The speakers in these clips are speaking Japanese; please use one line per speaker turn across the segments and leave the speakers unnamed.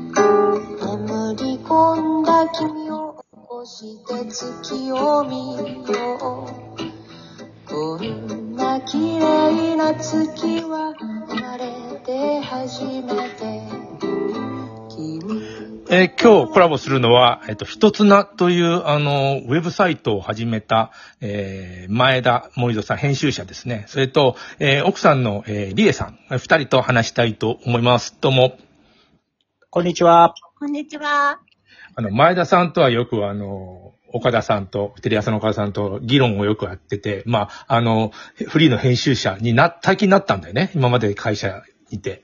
眠り込んだ君を起こして月を見ようこんな綺麗な月は慣れて初めて君
えー今日コラボするのは、えっと、ひとつなという、あの、ウェブサイトを始めた、えー前田森戸さん、編集者ですね。それと、えー奥さんの、えー、リエさん、二人と話したいと思います。どうも。
こんにちは。
こんにちは。
あの、前田さんとはよく、あの、岡田さんと、テレ朝の岡田さんと議論をよくやってて、まあ、あの、フリーの編集者にな、最近なったんだよね。今まで会社にて。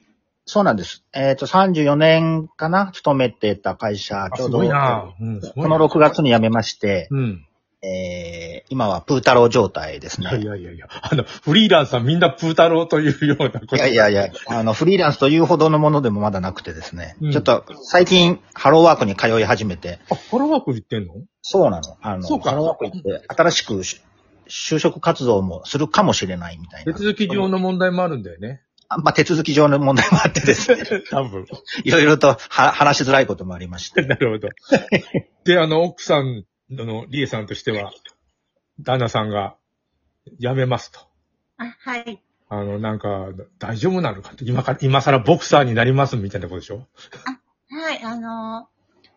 そうなんです。えっ、と、34年かな、勤めてた会社、
あ
ちょ
す
うど、
ごい
こ
なうん、すごいな
の6月に辞めまして、
うん。
えー、今はプー太郎状態です
いやい
ね。
やいやいや、あの、フリーランスはみんなプータローというようなこと。
いやいやいや、あの、フリーランスというほどのものでもまだなくてですね、
うん
ちょっと最近ハローワークに通い始めて、
あ、フォローワーク言ってんの
そうなの。あの、
そうか
ハローワーク行って、新しくし就職活動もするかもしれないみたい
手
な。
続き上の問題もあるんだよね。
あまあ、手続き上の問題もあってで すね、
多分。
いろいろとは話しづらいこともありまして。
なるほ ど。で、あの、奥さんの、リエさんとしては、旦那さんが、辞めますと。
あ、はい。
あの、なんか、大丈夫なのかと。今から、今更ボクサーになりますみたいなことでしょ
はい、あの、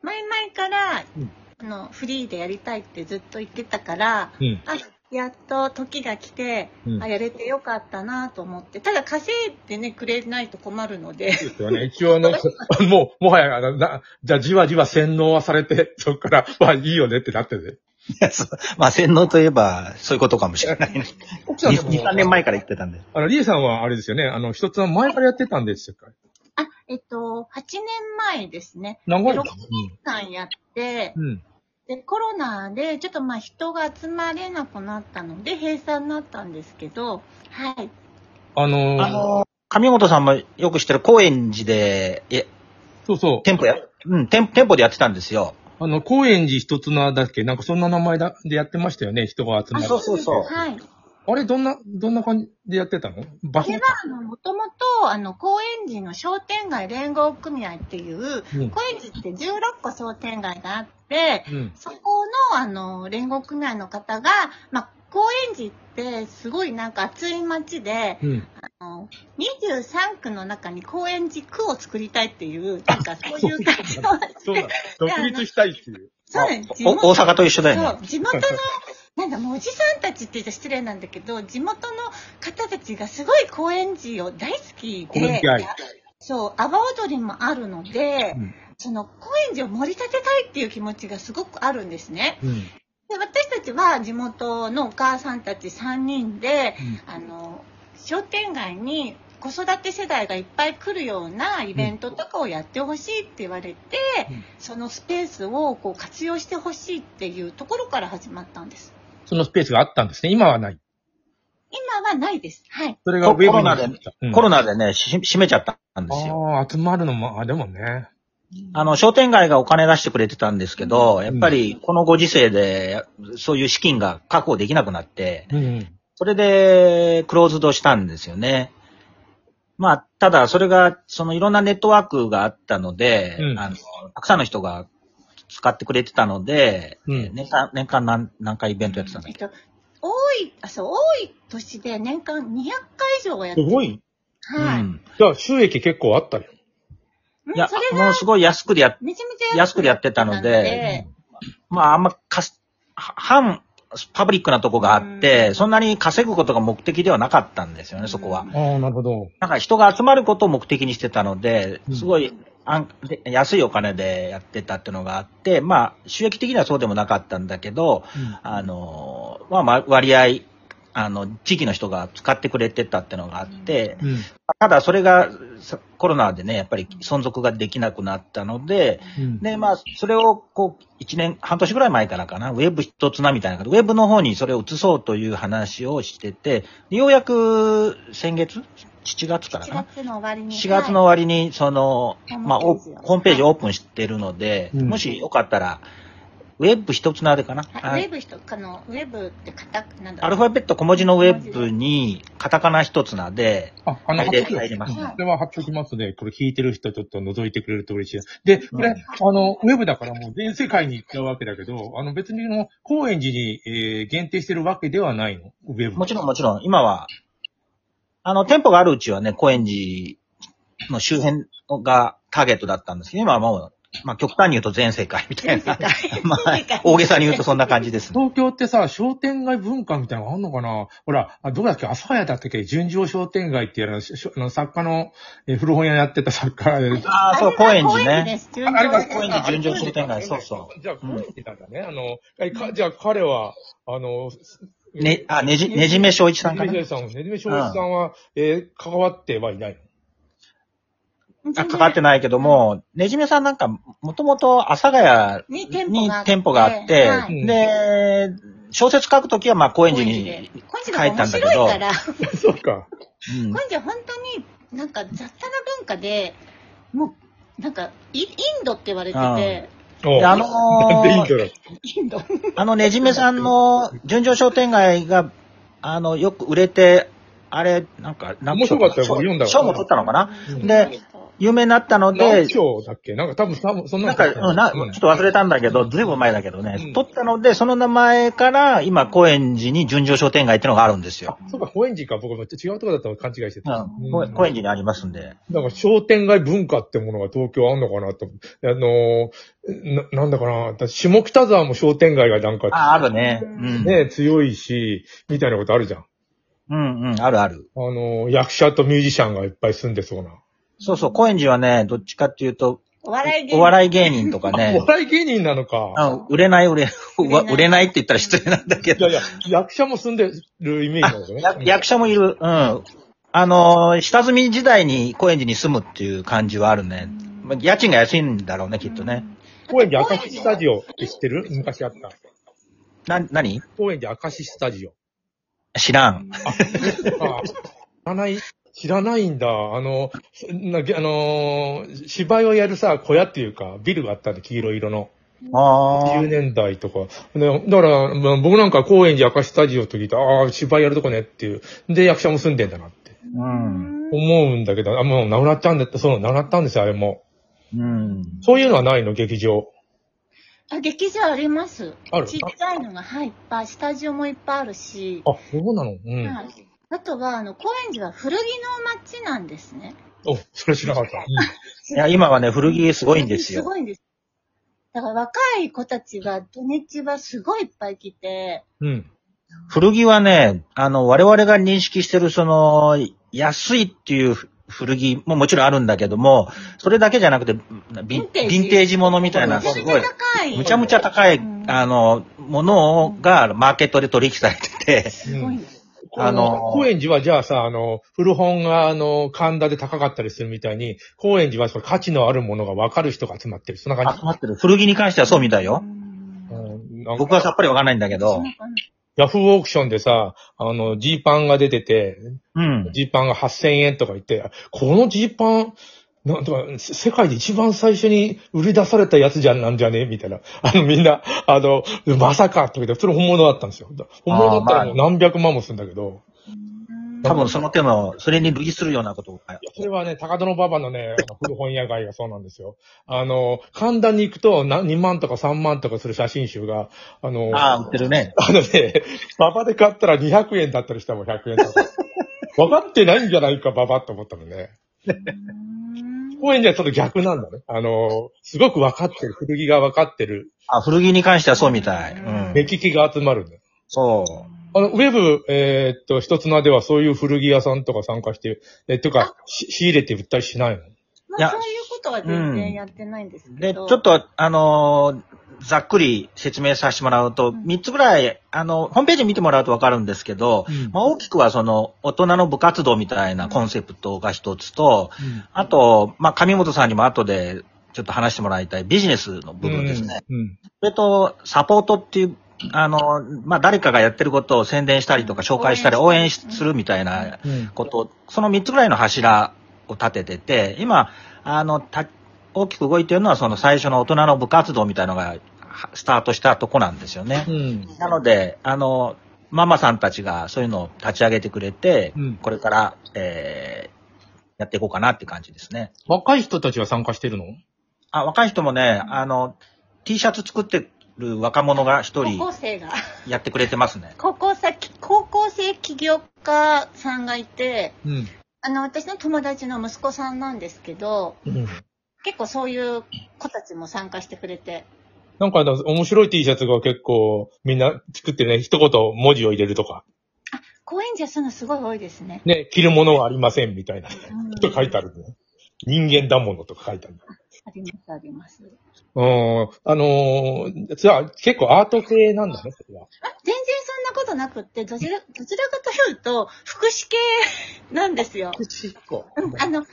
前々から、
うん
あの、フリーでやりたいってずっと言ってたから、
うん。
あ、やっと時が来て、
うん
あ、やれてよかったなと思って、ただ稼いでね、くれないと困るので、
で すよね。一応あの、もう、もはや、あのな、じゃあじわじわ洗脳はされて、 そっから、まあいいよねってなってる。
い やそうまあ、洗脳といえば、そういうことかもしれないね。
奥さん
2、
でも
3三年前から言ってたんで。
あの、リエさんはあれですよね。あの、一つは前からやってたんですよ。
あ、えっと、8年前ですね、
長いの
六さんやって、
うん。うん。
で、コロナで、ちょっとまあ人が集まれなくなったので、閉鎖になったんですけど、はい。
あのー
あの、上本さんもよく知ってる高円寺で、え、
そうそう。
店舗や、うん、店店舗でやってたんですよ。
あの、高円寺一つのだっけなんかそんな名前だでやってましたよね、人が集まる。
そうそうそう
はい。
あれ、どんな、どんな感じでやってたの場所
これは、あの、もともと、あの、高円寺の商店街連合組合っていう、
うん
高円寺って16個商店街があって、
うん。
そこの、あの、連合組合の方が、まあ、高円寺ってすごいなんか熱い街で、
うん。
あの23区の中に高円寺区を作りたいっていう、なんかそう いう感じの、
そうだ。独立したいっていう。
そうなんです。地元
お大阪と一緒だよ
そう
ね。、
地元の、なんだ、もうおじさんたちって言っちゃ失礼なんだけど、地元の方たちがすごい高円寺を大好き
高円
で
寺愛、
そう、阿波踊りもあるので、
うん
その高円寺を盛り立てたいっていう気持ちがすごくあるんですね。
うん。
で、私たちは地元のお母さんたち3人で、あの、商店街に子育て世代がいっぱい来るようなイベントとかをやってほしいって言われて、
うん
そのスペースをこう活用してほしいっていうところから始まったんです。
そのスペースがあったんですね。今はない。
今はないです。はい。
それが
コ
ウェブに
コロナで、
うん
コロナでね、し閉めちゃったんですよ。
ああ、集まるのも、あ、でもね。
あの、商店街がお金出してくれてたんですけど、やっぱりこのご時世で、そういう資金が確保できなくなって、
うん。
それで、クローズドしたんですよね。まあ、ただ、それが、そのいろんなネットワークがあったので、
うん
あの、たくさんの人が使ってくれてたので、
うん
年間、年間何、何回イベントやってたんだ
え
っ
っ
け
と、多い、あ、そう、多い年で年間200回以上はやってる。
ごい。
う
はい。うん、
ん。
じゃあ、収益結構あったよ。
いや
それ、
も
が
うすごい安くでやっ、
めちゃめちゃ
安くでやってたので、まあ、あんまかす、は半、パブリックなとこがあって、
うん
そんなに稼ぐことが目的ではなかったんですよ
う
ね、
ん
そこは。
ああ、なるほど。
なんか人が集まることを目的にしてたので
う、ん
すごいあんで安いお金でやってたっていうのがあって、まあ、収益的にはそうでもなかったんだけど、あの、まあまあ、割合、あの、地域の人が使ってくれてたっていうのがあって、
うん。
ただそれがさコロナでね、やっぱり存続ができなくなったので、
うん。
で、まあ、それをこう、一年、半年ぐらい前からかな、ウェブ一つなみたいな感じで、ウェブの方にそれを移そうという話をしてて、ようやく先月 ?7 月から
4
かな
月の終わりに。
4月の終わりに、その、
はい
まあ、オーホームページオープンしてるので、
うん
もしよかったら、ウェブ一つのあれかな。
は
はい
い、ウェブ人、あの、ウェブってカタなんだ
ア
ろ
ルフ
う
ァベット小文字のウェブに、カタカナ一つなで、
あ、あの、
入
貼
れ
っとき
入れます
ね
うんこれは貼っときますので、これ聞いてる人ちょっと覗いてくれると嬉しいです。で、これ、あの、ウェブだからもう全世界に行っちゃうわけだけど、あの別にもう高円寺に、えー限定してるわけではないの、ウェブ。
もちろんもちろん、今は、あの、店舗があるうちはね、高円寺の周辺がターゲットだったんですけど、今はもう、まあ極端に言うと全世界みたいな。 まあ、大げさに言うとそんな感じですね。
東京ってさ、商店街文化みたいなのあんのかなほら、あどこだっけ阿佐ヶ谷だったっけ純情商店街ってやるししょあの、作家の、えー古本屋やってた作家で。。
ああ、そう、高円寺ね。。
あれが
高
高
円
円
寺
寺
純情商店街そうそう
じゃあ、高
うん
円寺なんだね。あのえ、かじゃあ彼は、あの、
ね、あ、ねじ、ねじめ正一さんかな
ねじ。めさん、ねじめ正一さんは、えー関わってはいない の
あ関わってないけども、ねじめさんなんか、もともと阿佐ヶ
に
谷に
店舗があって。
店舗があって、
はい
い
で、小説書くときはまあ高
高
円
円
寺に
寺に、。
書い
高円
た
寺
んだけ
面白
ど
いから、
そうか。
うん
高円寺本当になんか雑多な文化で、もう、なんかイ、インドって言われてて、
お
であ
う
の
なんでいいん
ー
だろう。
インド。
あのねじめさんの純情商店街が、あの、よく売れて、あれ、なんか、なん
面白かったよ
賞
僕読んだわ
賞も取ったのかな
うん
で、有名になったので
何、章だっけなんか多分、多分そん
な
なん
か、
だったよ
うんなちょっと忘れたんだけど、ずいぶん前だけどね、
うん
取ったので、その名前から、今、高円寺に純情商店街ってのがあるんですよ。
そうか、高円寺か。僕も違うとこだったら勘違いしてた。
うん、高高円寺にありますんで。
なんか商店街文化ってものが東京あんのかなと思って。あのーな、なんだかな。だ下北沢も商店街がなんか、
あ、あるね。うん。
ね、強いし、みたいなことあるじゃん。あ
うんうん、あるある。
のー役者とミュージシャンがいっぱい住んでそうな。
そうそう、高円寺はね、どっちかっていうと、
お笑い芸人
お笑い芸人とか
お
ね、
笑い芸人なのか。
あ売れない、売れ、 売
れない
れないって言ったら失礼なんだけ
いや
ど
い、や、役者も住んでるイメージなんだよね。
や 役者もいる。うん。あのー、下積み時代に高円寺に住むっていう感じはあるね。まあ家賃が安いんだろうね、きっとね。
高円寺明石スタジオって知ってる昔あった。
な、何
高円寺明石スタジオ。
知らん。
あ知らない、知らないんだ。あの、なあのー芝居をやるさ、小屋っていうか、ビルがあったんで、黄色い色の。
ああ
10。年代とか。ねだから、まあ僕なんか高円寺明石スタジオって聞いて、ああ、芝居やるとこねっていう。で、役者も住んでんだなって。
うん。
思うんだけど、あ、もうなくなっちゃうんだって、その、なくなったんですよ、あれも。
うん。
そういうのはないの、劇場。
あ、劇場あります。
ある
ちっちゃいのが、はい、いっぱい、スタジオもいっぱいあるし、
あ、そうなのうん。
はいあとは、あの、高円寺は古着の街なんですね。
お、それ知らなかった。
いや、今はね、古着すごいんです
す
よ。
ごいんです。だから若い子たちが土日はすごいいっぱい来て、
うん。うん
古着はね、あの、我々が認識してる、その、安いっていう古着ももちろんあるんだけども、それだけじゃなくて、ビン
ヴィンテー
ヴ
ジ
ィンテージものみたいな、
めちゃ
す
めち
ご
ゃ
い、
高い。
むちゃむちゃ高い
うん、
あの、ものをがマーケットで取引されてて、
すごいんです。
あ
あ
の
の、
高円寺はじゃあさ、あの、古本が、あの、神田で高かったりするみたいに、高円寺はその価値のあるものが分かる人が集まってる。そんな感
集まってる。古着に関してはそうみたいよ。
じ。うん、なん
僕は
か、
さっぱりわかんないんだけ
そ
ど
う、かな
ヤフーオークションでさ、あの、ジーパンが出てて、
うん。
ジーパンが8000円とか言って、このジーパン、なんとか、せ世界で一番最初に売り出されたやつじゃん、なんじゃねみたいな。あの、みんな、あの、まさかとか言って、それ本物だったんですよ。本物だったらもう何百万もするんだけど。
多分その手の、それに類するようなことが。
それはね、高田の馬場のね、 あの古本屋街がそうなんですよ。あの、神田に行くとな2万とか3万とかする写真集が、あの、
ああ、売ってるね。
あのね、馬場で買ったら200円だったりしたもん、100円だったり。分かってないんじゃないか、馬場って思ったのね。高円寺はちょっと逆なんだね。あの、すごく分かってる、古着が分かってる、
あ、古着に関してはそうみたい。うん。
目利きが集まるんだよ。
そ
あの、ウェブ、えーっと、一つ名ではそういう古着屋さんとか参加して、えとか、し仕入れて売ったりしないの
ま
いや
あ、そういうことは全然やってないんです
う。
け
で、ちょ
ど。
っと、あのーざっくり説明させてもらうと、
ん
3つぐらい、あの、ホームページ見てもらうとわかるんですけど、
うん
まあ、大きくはその、大人の部活動みたいなコンセプトが一つと、あと、まあ、上本さんにも後でちょっと話してもらいたいビジネスの部分ですね。
うん。
それと、サポートっていう、あの、まあ、誰かがやってることを宣伝したりとか、紹介したり、応
応
援
援
し
し
するみたいな
うん。うん
こと、その3つぐらいの柱を立ててて、今、あの、た大きく動いてるのは、その最初の大人の部活動みたいなのがはスタートしたとこなんですよね。
うん。
なので、あの、ママさんたちがそういうのを立ち上げてくれて、
うん
これから、えーやっていこうかなって感じですね。
若い人たちは参加してるの
あ、若い人もね、あの、T シャツ作ってる若者が一
高校
人
生が。
やってくれてますね。
高校生、高校生起業家さんがいて、
うん。
あの、私の友達の息子さんなんですけど、
うん。
結構そういう子たちも参加してくれて。
なんか、面白い T シャツが結構、みんな作ってね、一言文字を入れるとか、
高円寺はそういうのすごい多いですね。
ね、着るものはありませんみたいな
うん
こと書いてあるね。人間だものとか書いてある。
あります、あります。
うん。あのー、じゃあ結構アート系なんだね、それは。
あ全然そんなことなくって、どちら、どちらかというと、福祉系なんですよ。
口個。
うん、あの、みんなは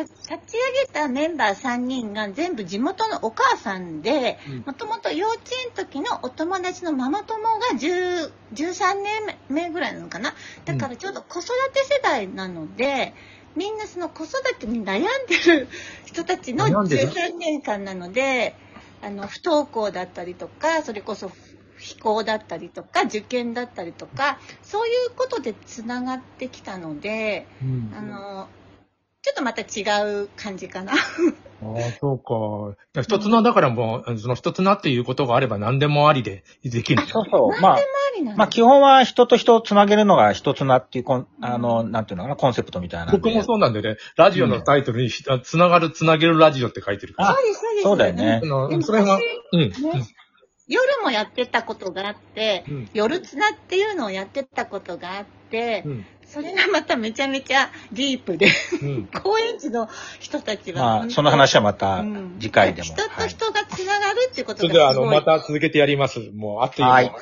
立ち上げたメンバー3人が全部地元のお母さんで
うん、
もともと幼稚園時のお友達のママ友が10 13年目ぐらいなのかな。だからちょうど子育て世代なので、みんなその子育てに悩んでる人たちの
悩んでる
13年間なので、あの、不登校だったりとか、それこそ非行だったりとか、受験だったりとか、そういうことでつながってきたので、
うん。
あの、ちょっとまた違う感じかな。
ああ、そうか。一つの、だからもう、その一つなっていうことがあれば何でもありでできる。
そうそう。まあ、
ありなん
まあ
で
基本は人と人をつなげるのが一つなっていうコン、あの、なんていうのかな、コンセプトみたいなんで。
僕もそうなんでね、ラジオのタイトルに、ひつながる、つなげるラジオって書いてるから。
あ
そうです、そうです。
そうだよね
あ
で
の、
も
それが、うん。
ね夜もやってたことがあって、
うん
夜つなっていうのをやってたことがあって、
うん。
それがまためちゃめちゃディープで、
うん。
高円寺の人たちは本当
ま
に。
あ、その話はまた
うん
次回でも。
人と
はい
人がつながるってこと
そ
が
れで
すごい。
は、あの、また続けてやります。もう、あっという
は
間
い。